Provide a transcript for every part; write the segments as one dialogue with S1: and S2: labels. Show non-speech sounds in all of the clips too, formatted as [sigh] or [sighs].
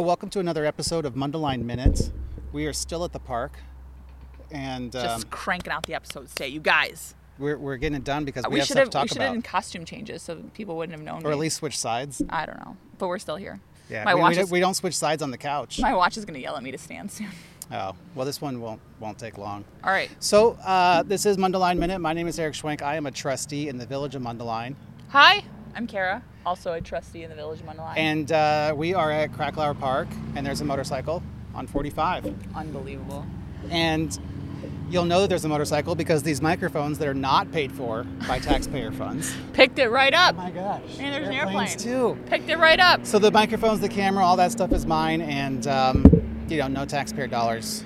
S1: Welcome to another episode of Mundelein Minutes. We are still at the park, and um,
S2: Just cranking out the episodes today, you guys.
S1: we're, we're getting it done because we,
S2: Uh, We
S1: have
S2: should
S1: stuff to
S2: have
S1: talk
S2: we should have
S1: about,
S2: done costume changes so that people wouldn't have known.
S1: or at
S2: me.
S1: least switch sides.
S2: I don't know, but we're still here.
S1: Yeah,
S2: my
S1: we, we
S2: watch
S1: don't-
S2: is,
S1: we don't switch sides on the couch.
S2: [laughs] my watch is gonna yell at me to stand soon. [laughs]
S1: Oh, well, this one won't won't take long.
S2: All right,
S1: So uh, this is Mundelein Minute. My name is Eric Schwenk. I am a trustee in the village of Mundelein,
S2: hi, I'm Kara, also a trustee in the Village of Mundelein.
S1: and uh, we are at Cracklauer Park. And there's a motorcycle on 45,
S2: Unbelievable.
S1: and you'll know that there's a motorcycle because these microphones that are not paid for
S2: [laughs]
S1: by taxpayer funds.
S2: Picked it right up.
S1: My gosh.
S2: And there's an
S1: Airplanes, too.
S2: Picked it right up.
S1: So the microphones, the camera, all that stuff is mine, and um, you know, no taxpayer dollars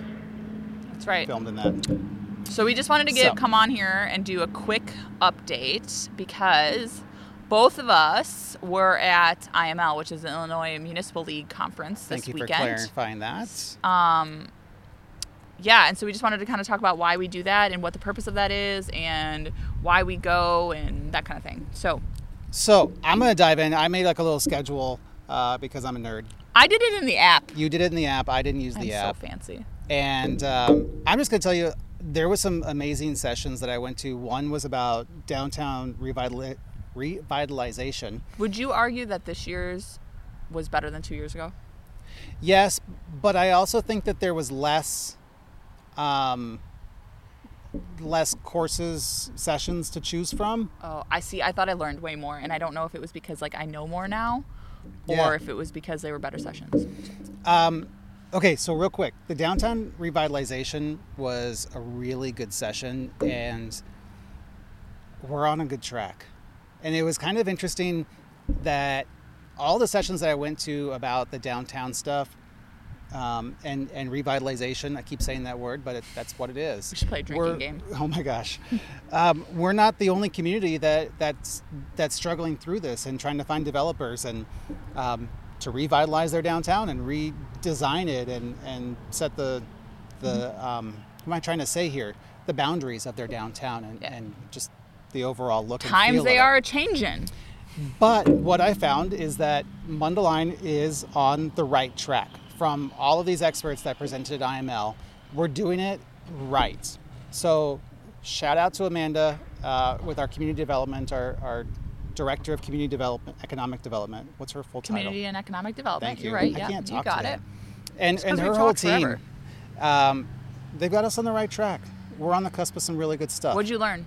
S2: That's right.
S1: filmed in that.
S2: So we just wanted to give
S1: So-
S2: come on here and do a quick update because both of us were at IML, which is the Illinois Municipal League conference this
S1: Thank you
S2: weekend. Uh,
S1: for clarifying that.
S2: yeah, and so we just wanted to kind of talk about why we do that and what the purpose of that is and why we go and that kind of thing. So
S1: so I'm gonna dive in. I made like a little schedule uh, because I'm a nerd.
S2: I did it in the app.
S1: You did it in the app. I didn't use the
S2: I'm
S1: app.
S2: so fancy.
S1: And um, I'm just going to tell you, there was some amazing sessions that I went to. One was about downtown revitali- revitalization.
S2: Would you argue that this year's was better than two years ago?
S1: Yes, but I also think that there was less, um, less courses sessions to choose from.
S2: Oh, I see. I thought I learned way more, and I don't know if it was because like I know more now, or
S1: Yeah.
S2: if it was because they were better sessions.
S1: Okay, so real quick, the downtown revitalization was a really good session, and we're on a good track. And it was kind of interesting that all the sessions that I went to about the downtown stuff um, and and revitalization. I keep saying that word, but it, that's what it is.
S2: We should play a drinking
S1: We're-
S2: game.
S1: [laughs] Oh my gosh, um, we're not the only community that that's that's struggling through this and trying to find developers and um, to revitalize their downtown and redesign it and and set the the
S2: Mm-hmm.
S1: um, what am I trying to say here? The boundaries of their downtown and,
S2: Yeah.
S1: and just the overall look. and feel
S2: Times
S1: of
S2: they
S1: it.
S2: are a changing.
S1: But what I found is that Mundelein is on the right track. From all of these experts that presented at IML, we're doing it right. So, shout out to Amanda uh, with our community development, our, our director of community development, economic development. What's her full
S2: Community
S1: title?
S2: and economic development.
S1: Thank you.
S2: are right.
S1: I
S2: yeah,
S1: can't talk
S2: you got
S1: today.
S2: it.
S1: And and
S2: we
S1: her
S2: talk
S1: whole team,
S2: forever.
S1: um, they've got us on the right track. We're on the cusp of some really good stuff.
S2: What'd you learn?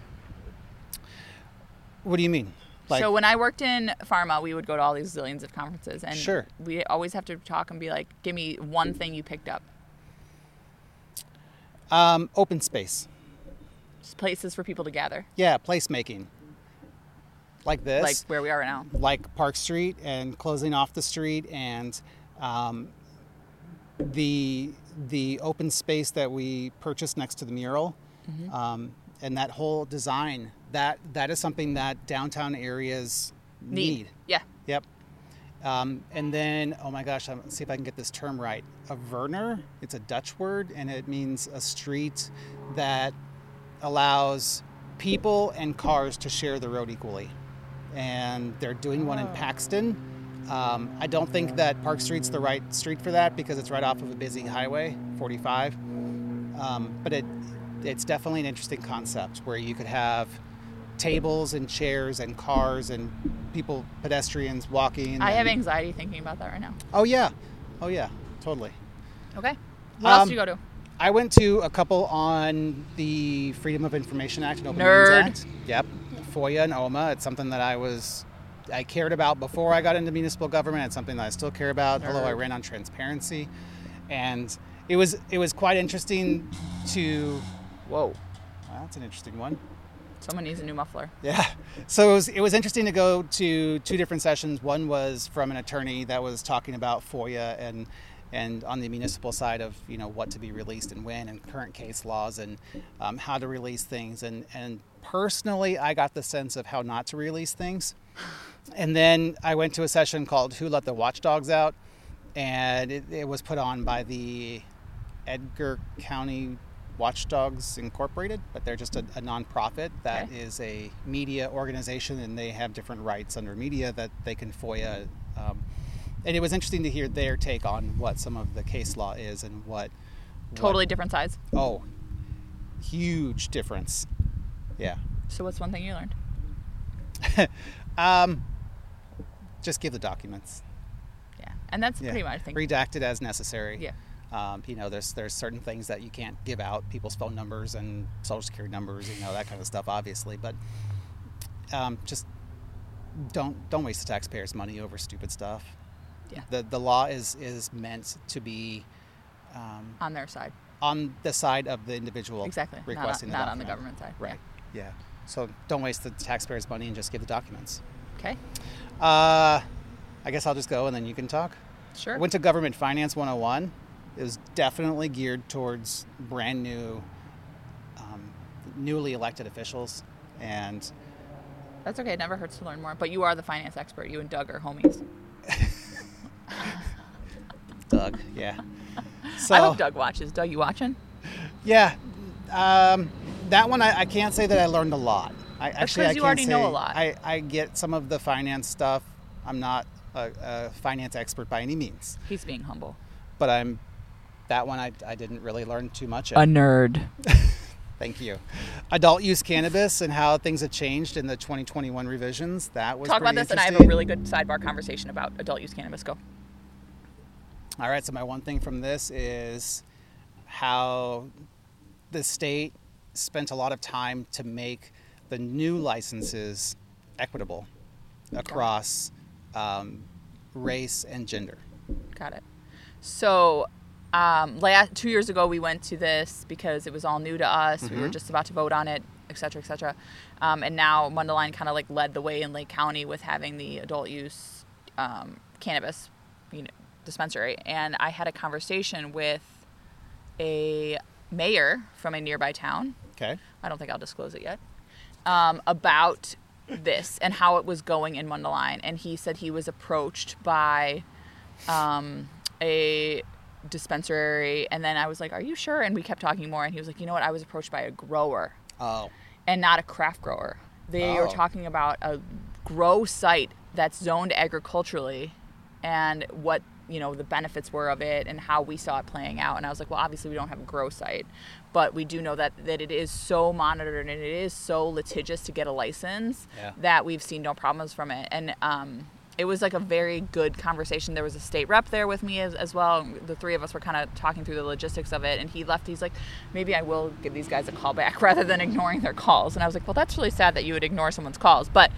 S1: What do you mean?
S2: so when I worked in pharma, we would go to all these zillions of conferences, and
S1: Sure.
S2: we always have to talk and be like, "Give me one thing you picked up."
S1: um, open space.
S2: Just places for people to gather,
S1: Yeah, placemaking. Like this.
S2: like where we are now.
S1: like Park Street and closing off the street and um, the the open space that we purchased next to the mural
S2: Mm-hmm.
S1: um, and that whole design that that is something that downtown areas need.
S2: Yeah.
S1: Yep. Um, and then oh my gosh, I'm, let's see if I can get this term right. A Werner. It's a Dutch word and it means a street that allows people and cars to share the road equally. And they're doing one in Paxton. Um, I don't think that Park Street's the right street for that because it's right off of a busy highway, 45. Um, but it it's definitely an interesting concept where you could have tables and chairs and cars and people, pedestrians walking.
S2: I have
S1: and-
S2: anxiety thinking about that right now.
S1: Oh yeah, oh yeah, totally.
S2: Okay. What else
S1: Um,
S2: do you go to?
S1: I went to a couple on the Freedom of Information Act and Open
S2: Nerd.
S1: Meetings Act. Yep, FOIA and OMA. It's something that I was, I cared about before I got into municipal government. It's something that I still care about. Although I
S2: Nerd.
S1: ran on transparency, and it was it was quite interesting to. Whoa, well, that's an interesting one.
S2: Someone needs a new muffler.
S1: Yeah. So it was, it was interesting to go to two different sessions. One was from an attorney that was talking about FOIA and and on the municipal side of you know what to be released and when and current case laws and um, how to release things and and personally I got the sense of how not to release things. And then I went to a session called Who Let the Watchdogs Out? And it, it was put on by the Edgar County Watchdogs Incorporated, but they're just a, a nonprofit that
S2: Okay.
S1: is a media organization and they have different rights under media that they can FOIA um, and it was interesting to hear their take on what some of the case law is and what. what-
S2: Totally different size.
S1: oh, huge difference. Yeah.
S2: So what's one thing you learned?
S1: Um, just give the documents.
S2: Yeah, and that's
S1: Yeah.
S2: pretty much I think.
S1: redacted as necessary.
S2: Yeah.
S1: Um, you know, there's there's certain things that you can't give out, people's phone numbers and social security numbers, you know, that kind of stuff, obviously. But um, just don't don't waste the taxpayers' money over stupid stuff.
S2: Yeah.
S1: The the law is is meant to be um,
S2: on their side.
S1: on the side of the individual
S2: Exactly. Not on-
S1: requesting the
S2: not on the
S1: document.
S2: government side.
S1: Right. yeah. So don't waste the taxpayers' money and just give the documents.
S2: Okay.
S1: Uh, I guess I'll just go and then you can talk.
S2: Sure.
S1: I went to Government Finance 101. It was definitely geared towards brand new, um, newly elected officials. And
S2: That's okay. It never hurts to learn more. But you are the finance expert. You and Doug are homies.
S1: Doug, yeah.
S2: [laughs]
S1: So,
S2: I hope Doug watches. Doug, you watching?
S1: Yeah. Um, that one, I, I can't say that I learned a lot. I actually, I
S2: because you
S1: can't
S2: already know a
S1: say-
S2: lot.
S1: I, I get some of the finance stuff. I'm not a, a finance expert by any means,
S2: He's being humble.
S1: but I'm that one I, I didn't really learn too much.
S2: A nerd.
S1: Thank you. Adult use cannabis and how things have changed in the 2021 revisions. That was
S2: Talk about
S1: pretty
S2: this, and I have a
S1: interesting.
S2: really good sidebar conversation about adult use cannabis. Go.
S1: All right. So my one thing from this is how the state spent a lot of time to make the new licenses equitable across um, race and gender.
S2: Got it. So, um, last, two years ago, we went to this because it was all new to us. We were
S1: Mm-hmm.
S2: just about to vote on it, et cetera, et cetera. Um, and now Mundelein kind of like led the way in Lake County with having the adult use um, cannabis you know, dispensary. And I had a conversation with a mayor from a nearby town
S1: Okay.
S2: I don't think I'll disclose it yet, um, about this and how it was going in Mundelein. And he said he was approached by um, a dispensary. And then I was like, Are you sure? And we kept talking more. And he was like, You know what? I was approached by a grower
S1: Oh,
S2: and not a craft grower. They
S1: Oh.
S2: are talking about a grow site that's zoned agriculturally and what you know the benefits were of it and how we saw it playing out and i was like well obviously we don't have a grow site but we do know that that it is so monitored and it is so litigious to get a license
S1: Yeah.
S2: that we've seen no problems from it and um it was like a very good conversation. There was a state rep there with me as, as well. The three of us were kind of talking through the logistics of it. And he left. He's like, maybe I will give these guys a call back [laughs] rather than ignoring their calls. And I was like, well, that's really sad that you would ignore someone's calls. But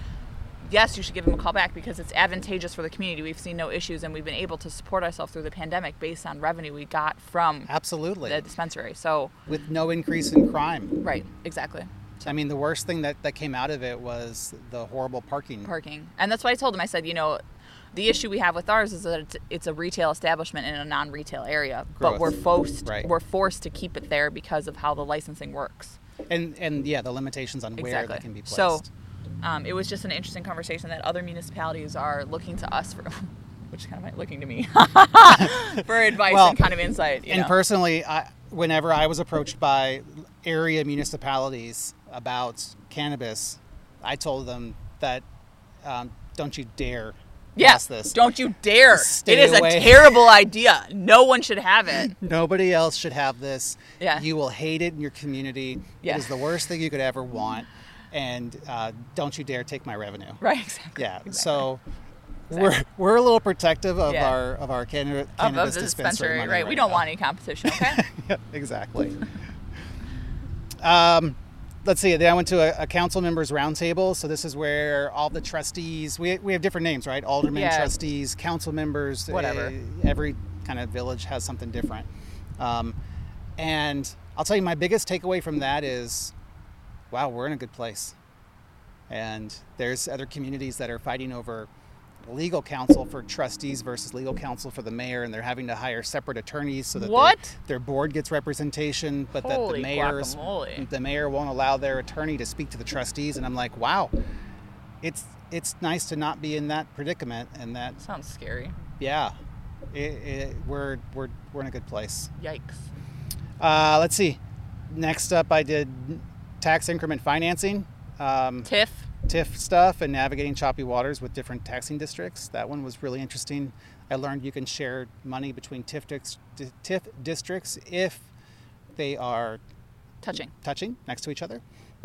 S2: yes, you should give them a call back because it's advantageous for the community. We've seen no issues and we've been able to support ourselves through the pandemic based on revenue we got from
S1: absolutely.
S2: the dispensary. So,
S1: With no increase in crime.
S2: right, exactly.
S1: I mean, the worst thing that, that came out of it was the horrible parking.
S2: parking. And that's what I told him. I said, you know, the issue we have with ours is that it's, it's a retail establishment in a non-retail area,
S1: Growth.
S2: but we're forced
S1: Right.
S2: we're forced to keep it there because of how the licensing works.
S1: and and yeah, the limitations on where
S2: exactly.
S1: that can be placed.
S2: So, um, it was just an interesting conversation that other municipalities are looking to us for, [laughs] which is kind of like looking to me [laughs] for advice
S1: Well,
S2: and kind of insight. You
S1: and
S2: know.
S1: personally, I, whenever I was approached by area municipalities about cannabis, I told them that um, don't you dare
S2: yeah,
S1: pass this.
S2: don't you dare!
S1: Stay
S2: it is
S1: away.
S2: a terrible idea. No one should have it. [laughs]
S1: Nobody else should have this.
S2: Yeah.
S1: You will hate it in your community.
S2: Yeah.
S1: It is the worst thing you could ever want. And uh, don't you dare take my revenue.
S2: Right? Exactly.
S1: Yeah. So we're we're a little protective of
S2: Yeah.
S1: our of our canna-
S2: Of- Of,
S1: cannabis
S2: the
S1: dispensary,
S2: dispensary,
S1: money
S2: right? We don't
S1: now.
S2: want any
S1: [laughs]
S2: competition. Okay.
S1: Yeah, exactly. um, let's see. Then I went to a, a council members roundtable. So this is where all the trustees. We, we have different names, right? Aldermen,
S2: Yeah.
S1: trustees, council members.
S2: Whatever.
S1: eh, every kind of village has something different. Um, and I'll tell you, my biggest takeaway from that is, wow, we're in a good place. And there's other communities that are fighting over legal counsel for trustees versus legal counsel for the mayor, and they're having to hire separate attorneys so that their-
S2: What?
S1: Their, board gets representation, but that the
S2: Holy
S1: mayor's
S2: guacamole.
S1: the mayor won't allow their attorney to speak to the trustees. And I'm like, wow, it's it's nice to not be in that predicament, and that
S2: Sounds scary.
S1: yeah, it, it, we're we're we're in a good place.
S2: Yikes.
S1: Uh, let's see. Next up, I did tax increment financing. Um,
S2: TIF.
S1: TIF stuff and navigating choppy waters with different taxing districts. That one was really interesting. I learned you can share money between TIF, dix- di- TIF districts if they are
S2: Touching.
S1: touching next to each other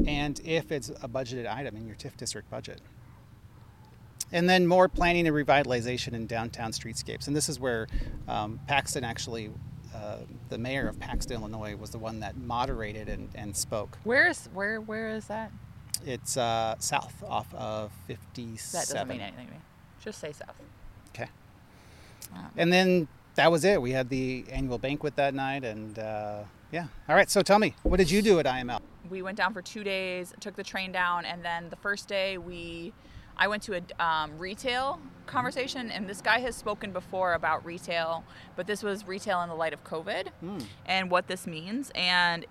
S1: and if it's a budgeted item in your TIF district budget. And then more planning and revitalization in downtown streetscapes. And this is where um, Paxton actually, uh, the mayor of Paxton, Illinois, was the one that moderated and, and spoke.
S2: Where is where where is that?
S1: It's uh, south off of 57.
S2: That doesn't mean anything to me. Just say south.
S1: Okay.
S2: Um,
S1: And then that was it. We had the annual banquet that night, and uh, yeah. All right. So tell me, what did you do at IML?
S2: we went down for two days, took the train down, and then the first day we, I went to a um, retail conversation, and this guy has spoken before about retail, but this was retail in the light of COVID
S1: Hmm.
S2: and what this means. And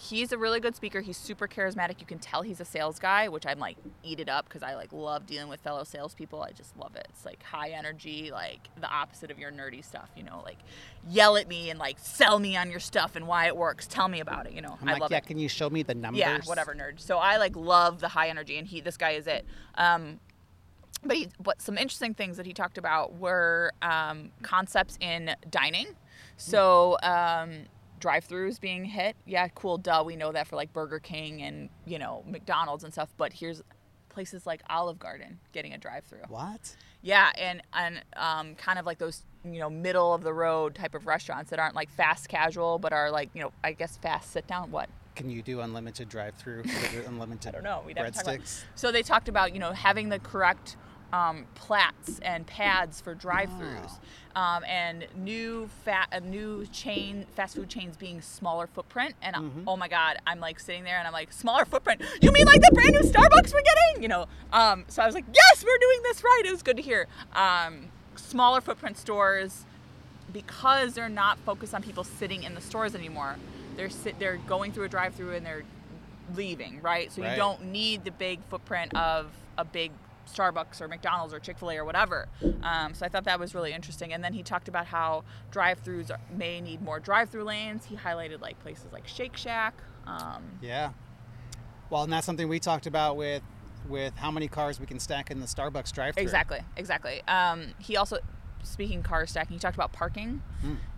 S2: he's a really good speaker. He's super charismatic. You can tell he's a sales guy, which I'm like eat it up because I like love dealing with fellow salespeople. I just love it. It's like high energy, like the opposite of your nerdy stuff. You know, like yell at me and like sell me on your stuff and why it works. Tell me about it. You know,
S1: I'm
S2: I
S1: like,
S2: love
S1: yeah.
S2: it.
S1: Can you show me the numbers?
S2: Yeah, whatever, nerd. So I like love the high energy, and he, this guy is it. Um, but he, but some interesting things that he talked about were um, concepts in dining. So um, drive-throughs being hit. Yeah, cool. Duh, we know that for like Burger King and you know McDonald's and stuff. But here's places like Olive Garden getting a drive-through.
S1: What?
S2: Yeah, and and um, kind of like those you know middle of the road type of restaurants that aren't like fast casual, but are like you know I guess fast sit down. What
S1: Can you do unlimited
S2: [laughs]
S1: drive-through? for the unlimited. I
S2: don't know. We'd have to talk about.
S1: breadsticks.
S2: So they talked about you know having the correct um, plats and pads for drive-throughs, um, and new fat, uh, new chain fast food chains being smaller footprint. And uh, oh my God, I'm like sitting there and I'm like smaller footprint. You mean like the brand new Starbucks we're getting? You know. Um, so I was like, yes, we're doing this right. It was good to hear. Um, smaller footprint stores because they're not focused on people sitting in the stores anymore. They're sit, they're going through a drive-through and they're leaving, right? So
S1: Right.
S2: you don't need the big footprint of a big Starbucks or McDonald's or Chick Fil A or whatever. Um, so I thought that was really interesting. And then he talked about how drive-throughs are- may need more drive-through lanes. He highlighted like places like Shake Shack. Um,
S1: Yeah. Well, and that's something we talked about with with how many cars we can stack in the Starbucks drive-through.
S2: Exactly, exactly. Um, he also, speaking car stacking, he talked about parking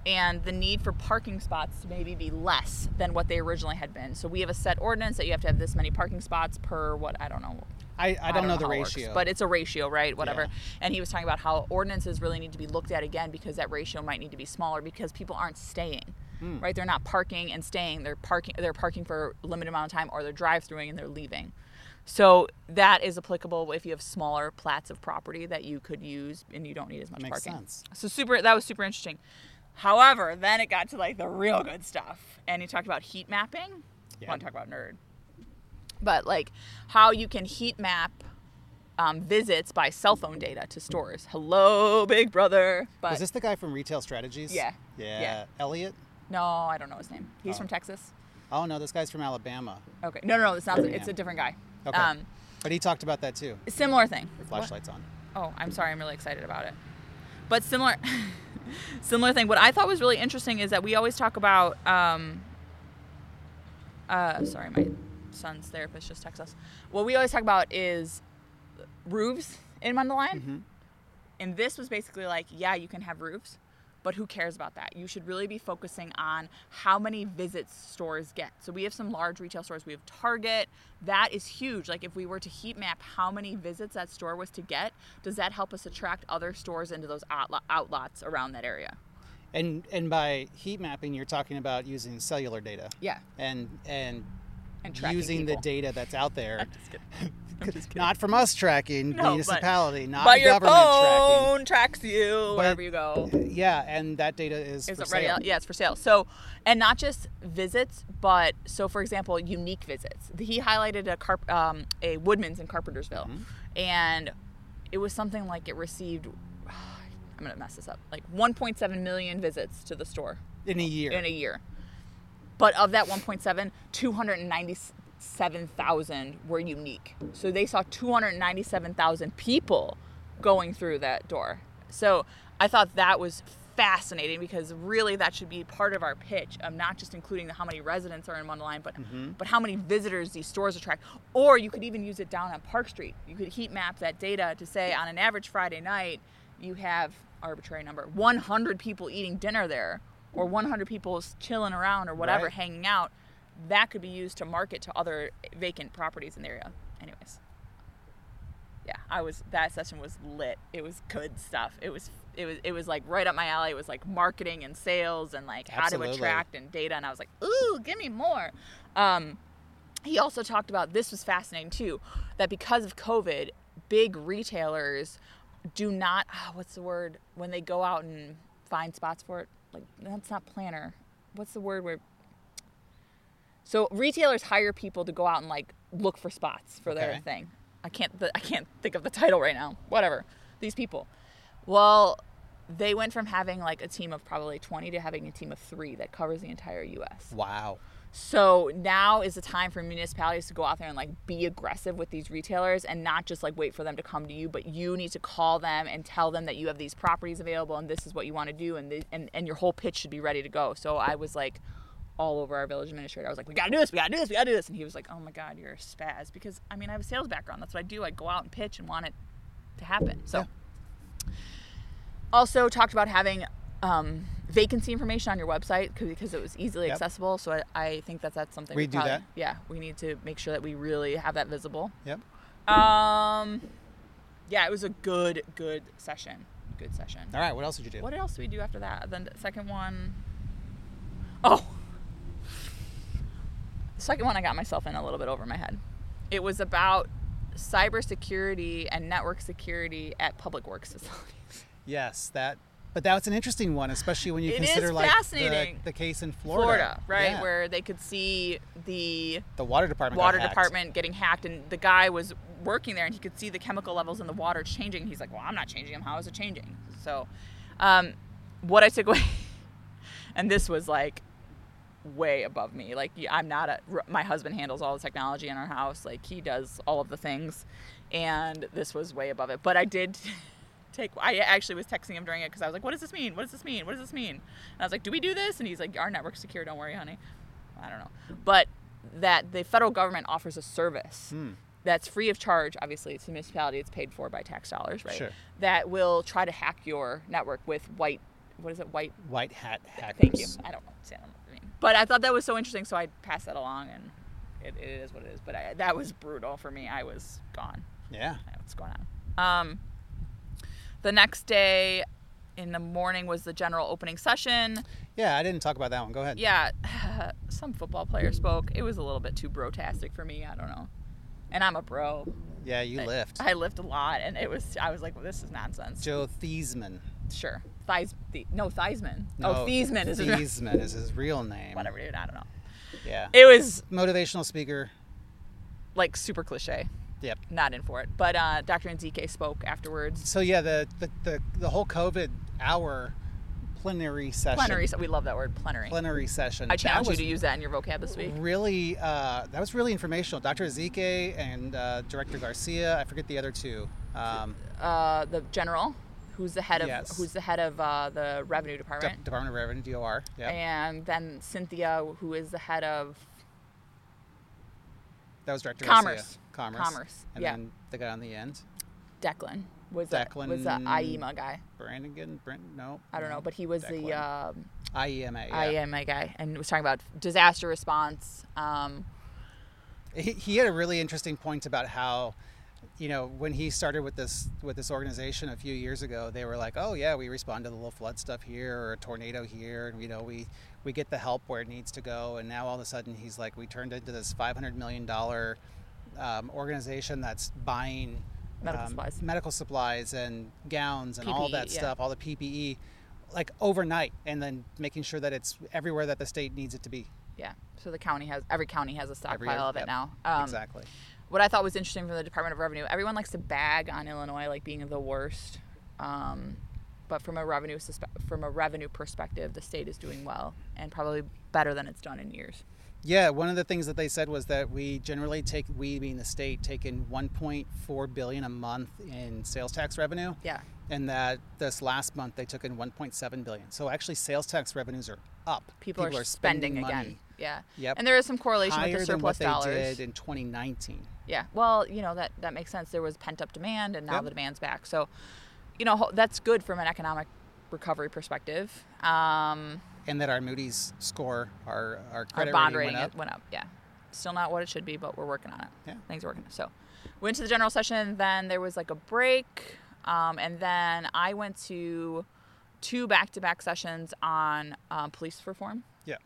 S2: and the need for parking spots to maybe be less than what they originally had been. So we have a set ordinance that you have to have this many parking spots per what I don't know.
S1: I, I, don't know, the
S2: how it works,
S1: ratio.
S2: but it's a ratio, right? Whatever.
S1: Yeah.
S2: And he was talking about how ordinances really need to be looked at again because that ratio might need to be smaller because people aren't staying,
S1: Hmm.
S2: right? They're not parking and staying. They're parking. They're parking for a limited amount of time, or they're drive-throughing and they're leaving. So that is applicable if you have smaller plats of property that you could use and you don't need as much
S1: Makes
S2: parking.
S1: sense.
S2: So super. That was super interesting. However, then it got to like the real good stuff, and he talked about heat mapping.
S1: Yeah.
S2: Want to talk about nerd? But like how you can heat map um, visits by cell phone data to stores. Hello, Big Brother. But
S1: Was this the guy from Retail Strategies?
S2: Yeah.
S1: Yeah.
S2: Yeah.
S1: Elliot.
S2: no, I don't know his name. He's from Texas.
S1: Oh no, this guy's from Alabama.
S2: Okay. No, no, no. It's not. It's
S1: Yeah.
S2: a different guy.
S1: Okay.
S2: Um,
S1: but he talked about that too.
S2: similar thing. What?
S1: Flashlights on.
S2: Oh, I'm sorry. I'm really excited about it. But similar, [laughs] similar thing. What I thought was really interesting is that we always talk about. Um, uh, sorry, my son's therapist just texted us. What we always talk about is roofs in Mundelein,
S1: Mm-hmm.
S2: and this was basically like, yeah, you can have roofs, but who cares about that? You should really be focusing on how many visits stores get. So we have some large retail stores. We have Target. That is huge. Like if we were to heat map how many visits that store was to get, does that help us attract other stores into those outla- outlets around that area?
S1: And and by heat mapping, you're talking about using cellular data.
S2: Yeah.
S1: And and,
S2: And tracking
S1: using
S2: people.
S1: the data that's out
S2: [laughs]
S1: there, [laughs]
S2: Just kidding. I'm just kidding.
S1: not from us tracking
S2: No, but-
S1: municipality, not
S2: but your
S1: government
S2: phone tracks you wherever you go.
S1: tracking. Yeah, and that data is,
S2: Is
S1: for
S2: it ready?
S1: sale.
S2: Yeah, it's for sale. So, and not just visits, but so for example, unique visits. He highlighted a carp, um, a Woodman's in Carpentersville,
S1: Mm-hmm.
S2: and it was something like it received. [sighs] I'm gonna mess this up. Like 1.7 million visits to the store
S1: in a year.
S2: in a year, but of that 1.7, 297,000 were unique. So they saw 297,000 people going through that door. So I thought that was fascinating because really that should be part of our pitch of not just including the, how many residents are in Mundelein, but but how many visitors these stores attract. Or you could even use it down on Park Street. You could heat map that data to say on an average Friday night you have arbitrary number 100 people eating dinner there or 100 people s- chilling around or whatever
S1: Right.
S2: hanging out. That could be used to market to other vacant properties in the area. Anyways yeah i was that session was lit it was good stuff it was it was it was like right up my alley it was like marketing and sales and like how
S1: Absolutely.
S2: to attract and data and i was like ooh give me more um he also talked about this was fascinating too that because of covid big retailers do not ah, what's the word when they go out and find spots for it like that's not planner what's the word where so retailers hire people to go out and like look for spots for their
S1: Okay.
S2: thing. I can't th- I can't think of the title right now. Whatever. These people. Well, they went from having like a team of probably 20 to having a team of 3 that covers the entire US.
S1: Wow.
S2: So now is the time for municipalities to go out there and like be aggressive with these retailers and not just like wait for them to come to you, but you need to call them and tell them that you have these properties available and this is what you want to do and the, and and your whole pitch should be ready to go. So I was like all over our village administrator. I was like, "We gotta do this. We gotta do this. We gotta do this." And he was like, "Oh my God, you're a spaz." Because I mean, I have a sales background. That's what I do. I go out and pitch and want it to happen. So also talked about having um, vacancy information on your website 'cause- because it was easily
S1: Yep.
S2: accessible. So I, I think that that's something
S1: We do that.
S2: Yeah, we need to make sure that we really have that visible.
S1: Yep.
S2: Um, yeah, it was a good, good session. Good session.
S1: All right. What else did you do?
S2: What else do we do after that? The second one. Oh. The second one I got myself in a little bit over my head. It was about cybersecurity and network security at public works facilities.
S1: Yes, that. But that was an interesting one, especially when you
S2: It
S1: consider
S2: is
S1: like the,
S2: fascinating.
S1: the case in Florida,
S2: Florida, right?
S1: Yeah.
S2: Where they could see the
S1: the water department. got
S2: water
S1: hacked.
S2: department getting hacked, and the guy was working there, and he could see the chemical levels in the water changing. He's like, "Well, I'm not changing them. How is it changing?" So, um, what I took away, [laughs] and this was like way above me. Like yeah, I'm not a. r- My husband handles all the technology in our house. Like he does all of the things, and this was way above it. But I did [laughs] take. I actually was texting him during it because I was like, "What does this mean? What does this mean? What does this mean?" And I was like, "Do we do this?" And he's like, "Our network's secure. Don't worry, honey." I don't know, but that the federal government offers a service. That's free of charge. Obviously, it's a municipality. It's paid for by tax dollars, right?
S1: Sure.
S2: That will try to hack your network with white, what is it, white
S1: White hat hackers.
S2: Thank you. I don't know. See, I don't know what I mean. But I thought that was so interesting, so I passed that along, and it, it is what it is. But I, that was brutal for me. I was gone.
S1: Yeah.
S2: I don't know what's going on? Um, the next day in the morning was the general opening session.
S1: Yeah. I didn't talk about that one. Go ahead.
S2: Yeah, [sighs] some football player spoke. It was a little bit too brotastic for me. I don't know. And I'm a bro.
S1: Yeah. You lift.
S2: I lift a lot, and it was. I was like, well, this is nonsense.
S1: Joe Thiesman.
S2: Sure. Thies. The, no, Thiesman.
S1: No,
S2: oh, Thiesman is his real-
S1: Thiesman is his real name.
S2: [laughs] whatever, dude. I don't know.
S1: Yeah.
S2: It was
S1: Motivational speaker.
S2: like super cliche.
S1: Yep.
S2: Not in for it. But uh, Dr. Nzike spoke afterwards.
S1: So yeah, the the, the, the whole COVID hour plenary session.
S2: Plenary. So we love that word, plenary.
S1: Plenary session.
S2: I
S1: That
S2: challenge you
S1: was
S2: to use that in your vocab this week.
S1: Really, uh, that was really informational. Dr. Azike and uh, Director Garcia. I forget the other two. Um,
S2: Uh, the general, who's the head of
S1: Yes.
S2: who's the head of uh, the revenue
S1: De-
S2: department,
S1: Department of Revenue, DOR. Yeah,
S2: and then Cynthia, who is the head of
S1: that was Director
S2: Commerce.
S1: Garcia. Commerce.
S2: Commerce,
S1: And
S2: yeah.
S1: then the guy on the end,
S2: Declan. Was
S1: Declan-
S2: a, was the IEMA guy.
S1: Brannigan. Brent, no.
S2: I don't know, but he was the E
S1: Declan.
S2: um,
S1: IEMA. E Yeah.
S2: IEMA guy and was talking about disaster response. Um,
S1: he, he had a really interesting point about how you know when he started with this with this organization a few years ago they were like oh yeah we respond to the little flood stuff here or a tornado here and you know we we get the help where it needs to go and now all of a sudden he's like we turned into this 500 million dollar um, organization that's buying um,
S2: Medical supplies.
S1: medical supplies and gowns and all
S2: PPE,
S1: that
S2: yeah.
S1: stuff all the ppe like overnight and then making sure that it's everywhere that the state needs it to be
S2: yeah. So the county has every county has a
S1: Every-
S2: stockpile of it
S1: yep,
S2: now. Um,
S1: exactly
S2: what I thought was interesting from the Department of Revenue, everyone likes to bag on Illinois like being the worst, um, but from a revenue suspe- from a revenue perspective, the state is doing well and probably better than it's done in years.
S1: Yeah, one of the things that they said was that we generally take we being the state take in 1.4 billion a month in sales tax revenue.
S2: Yeah.
S1: And that this last month they took in 1.7 billion. So actually, sales tax revenues are up.
S2: People, are, spending,
S1: money
S2: again. Yeah.
S1: Yep.
S2: And there is some correlation
S1: higher
S2: with the
S1: than what
S2: surplus
S1: they
S2: dollars.
S1: did in 2019.
S2: Yeah. Well, you know that that makes sense. There was pent up demand, and now
S1: Yep.
S2: the demand's back. So, you know ho- that's good from an economic recovery perspective. Um,
S1: And that our Moody's score, our our
S2: our
S1: credit
S2: bond
S1: rating,
S2: rating
S1: went
S2: it went up. Yeah. Still not what it should be, but we're working on it.
S1: Yeah.
S2: Things are working. So, went to the general session. Then there was like a break, um, and then I went to two back to back sessions on um, police reform.
S1: Yeah.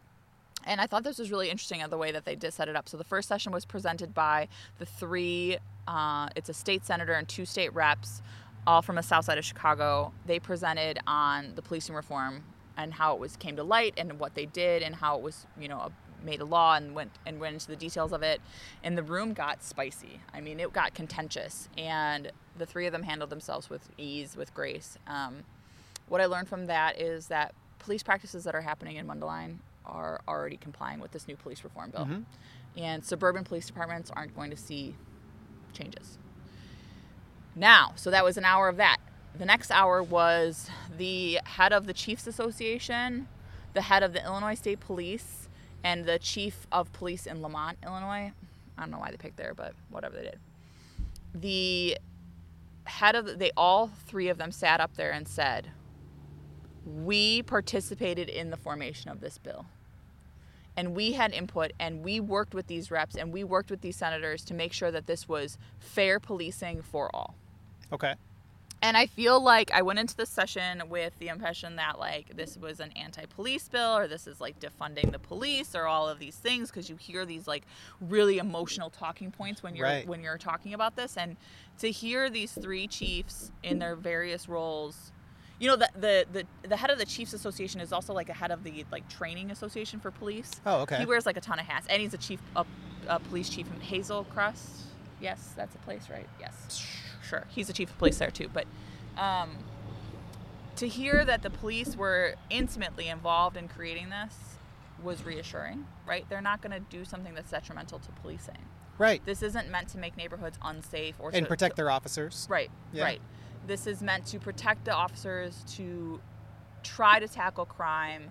S2: And I thought this was really interesting of the way that they did set it up. So the first session was presented by the three. Uh, it's a state senator and two state reps, all from the south side of Chicago. They presented on the policing reform and how it was came to light and what they did and how it was you know made a law and went and went into the details of it. And the room got spicy. I mean, it got contentious. And the three of them handled themselves with ease, with grace. Um, what I learned from that is that police practices that are happening in Mundelein are already complying with this new police reform bill. And suburban police departments aren't going to see changes. Now, so that was an hour of that. The next hour was the head of the Chiefs Association, the head of the Illinois State Police, and the chief of police in Lamont, Illinois. I don't know why they picked there, but whatever they did. The head of the, they all three of them sat up there and said, "We participated in the formation of this bill." and we had input and we worked with these reps and we worked with these senators to make sure that this was fair policing for all.
S1: Okay.
S2: And I feel like I went into this session with the impression that like this was an anti-police bill or this is like defunding the police or all of these things because you hear these like really emotional talking points when you're
S1: Right.
S2: when you're talking about this and to hear these three chiefs in their various roles you know the, the the the head of the chiefs association is also like a head of the like training association for police
S1: Oh, okay.
S2: he wears like a ton of hats and he's a chief a, a police chief in hazel crest yes that's a place right yes sure he's the chief of police there too but um, to hear that the police were intimately involved in creating this was reassuring right they're not going to do something that's detrimental to policing
S1: Right.
S2: this isn't meant to make neighborhoods unsafe or
S1: And
S2: to,
S1: protect
S2: to,
S1: their officers.
S2: right
S1: Yeah.
S2: right this is meant to protect the officers to try to tackle crime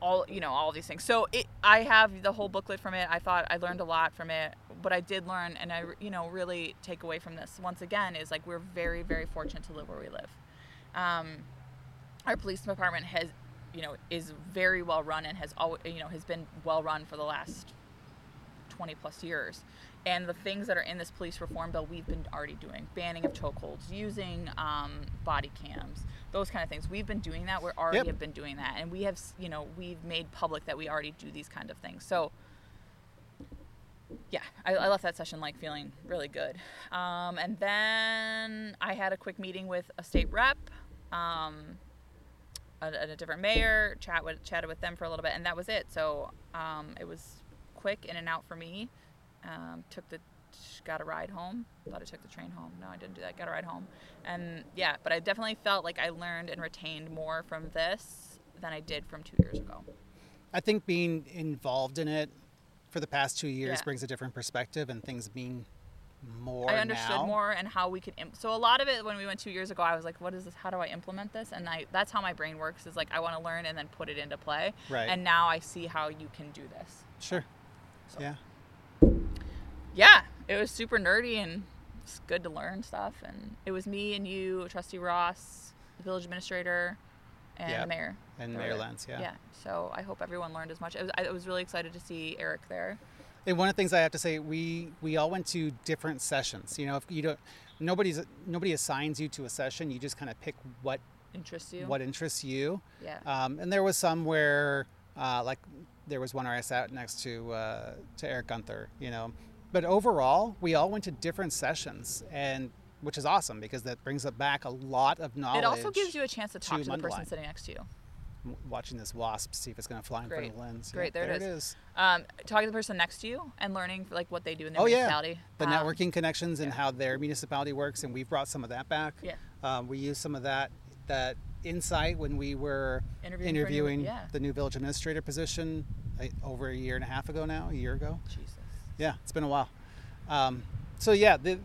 S2: all you know all these things so it, i have the whole booklet from it i thought i learned a lot from it but i did learn and i you know really take away from this once again is like we're very very fortunate to live where we live um, our police department has you know is very well run and has always you know has been well run for the last 20 plus years and the things that are in this police reform bill we've been already doing banning of chokeholds using um, body cams those kind of things we've been doing that we're already
S1: Yep.
S2: have been doing that and we have s- you know we've made public that we already do these kind of things so yeah, I, I left that session like feeling really good. Um, and then I had a quick meeting with a state rep, um, and and a, different mayor, chat with, chatted with them for a little bit, and that was it. So um, it was quick in and out for me. Um, took the got a ride home. Thought I took the train home. No, I didn't do that. Got a ride home, and yeah, but I definitely felt like I learned and retained more from this than I did from two years ago.
S1: I think being involved in it for the past two years
S2: Yeah.
S1: brings a different perspective and things mean more.
S2: I understood
S1: now.
S2: more and how we could. Imp- so a lot of it when we went two years ago, I was like, "What is this? How do I implement this?" And I that's how my brain works is like I want to learn and then put it into play.
S1: Right.
S2: And now I see how you can do this.
S1: Sure. Yeah.
S2: Yeah, it was super nerdy and it's good to learn stuff. And it was me and you, Trustee Ross, the village administrator, and
S1: Yeah.
S2: the mayor.
S1: And
S2: that were there.
S1: Mayor Lance, yeah.
S2: Yeah. So I hope everyone learned as much. I was, I was really excited to see Eric there.
S1: And one of the things I have to say, we we all went to different sessions. You know, if you don't, nobody's nobody assigns you to a session. You just kind of pick what
S2: Interests you?
S1: what interests you.
S2: Yeah.
S1: Um, and there was some where, uh, like, there was one where I sat next to uh, to Eric Gunther. You know, but overall, we all went to different sessions, and which is awesome because that brings up back a lot of knowledge.
S2: it also gives you a chance to talk
S1: to
S2: to, the person
S1: Mundelein.
S2: sitting next to you.
S1: m- watching this wasp see if it's going to fly in front of the lens. Yeah,
S2: Great, there, it is.
S1: it is.
S2: Um, talking to the person next to you and learning like what they do in their
S1: Oh yeah,
S2: municipality.
S1: the
S2: Um,
S1: networking connections and how their municipality works, and we've brought some of that back.
S2: Yeah.
S1: Um, we use some of that that insight when we were
S2: Interviewing
S1: interviewing,
S2: for a new- yeah.
S1: the new village administrator position like, over a year and a half ago now, a year ago.
S2: Jesus.
S1: Yeah, it's been a while. Um, so yeah, the,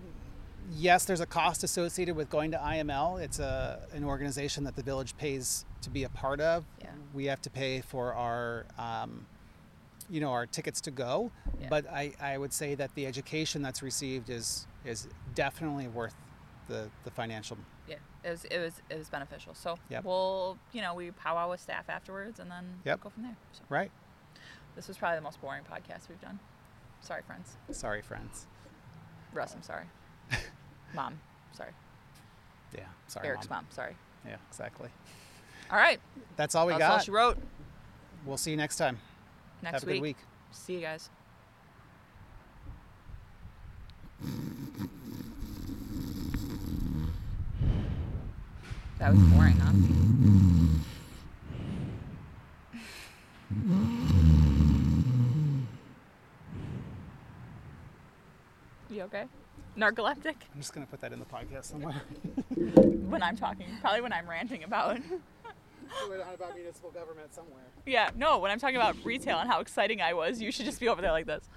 S1: yes, there's a cost associated with going to IML. It's a an organization that the village pays to be a part of.
S2: Yeah.
S1: We have to pay for our, um, you know, our tickets to go.
S2: Yeah.
S1: But I, I would say that the education that's received is is definitely worth the the financial.
S2: Yeah. It was it was it was beneficial. So
S1: Yep.
S2: we'll you know we powwow with staff afterwards and then
S1: Yep.
S2: go from there. So
S1: Right.
S2: this was probably the most boring podcast we've done. Sorry, friends.
S1: Sorry, friends.
S2: Russ,
S1: [laughs]
S2: I'm sorry. Mom, sorry.
S1: Yeah. Sorry.
S2: Eric's
S1: Mom.
S2: mom. sorry.
S1: Yeah. Exactly.
S2: All right.
S1: That's all we
S2: That's all
S1: got.
S2: she wrote.
S1: we'll see you next time.
S2: Next
S1: Have a good week.
S2: See you guys. That was boring, huh? You okay? Narcoleptic?
S1: I'm just gonna put that in the podcast somewhere.
S2: When I'm talking, probably when I'm ranting about. [laughs]
S1: Do it on about municipal government somewhere.
S2: Yeah, no, when I'm talking about retail and how exciting I was, you should just be over there like this.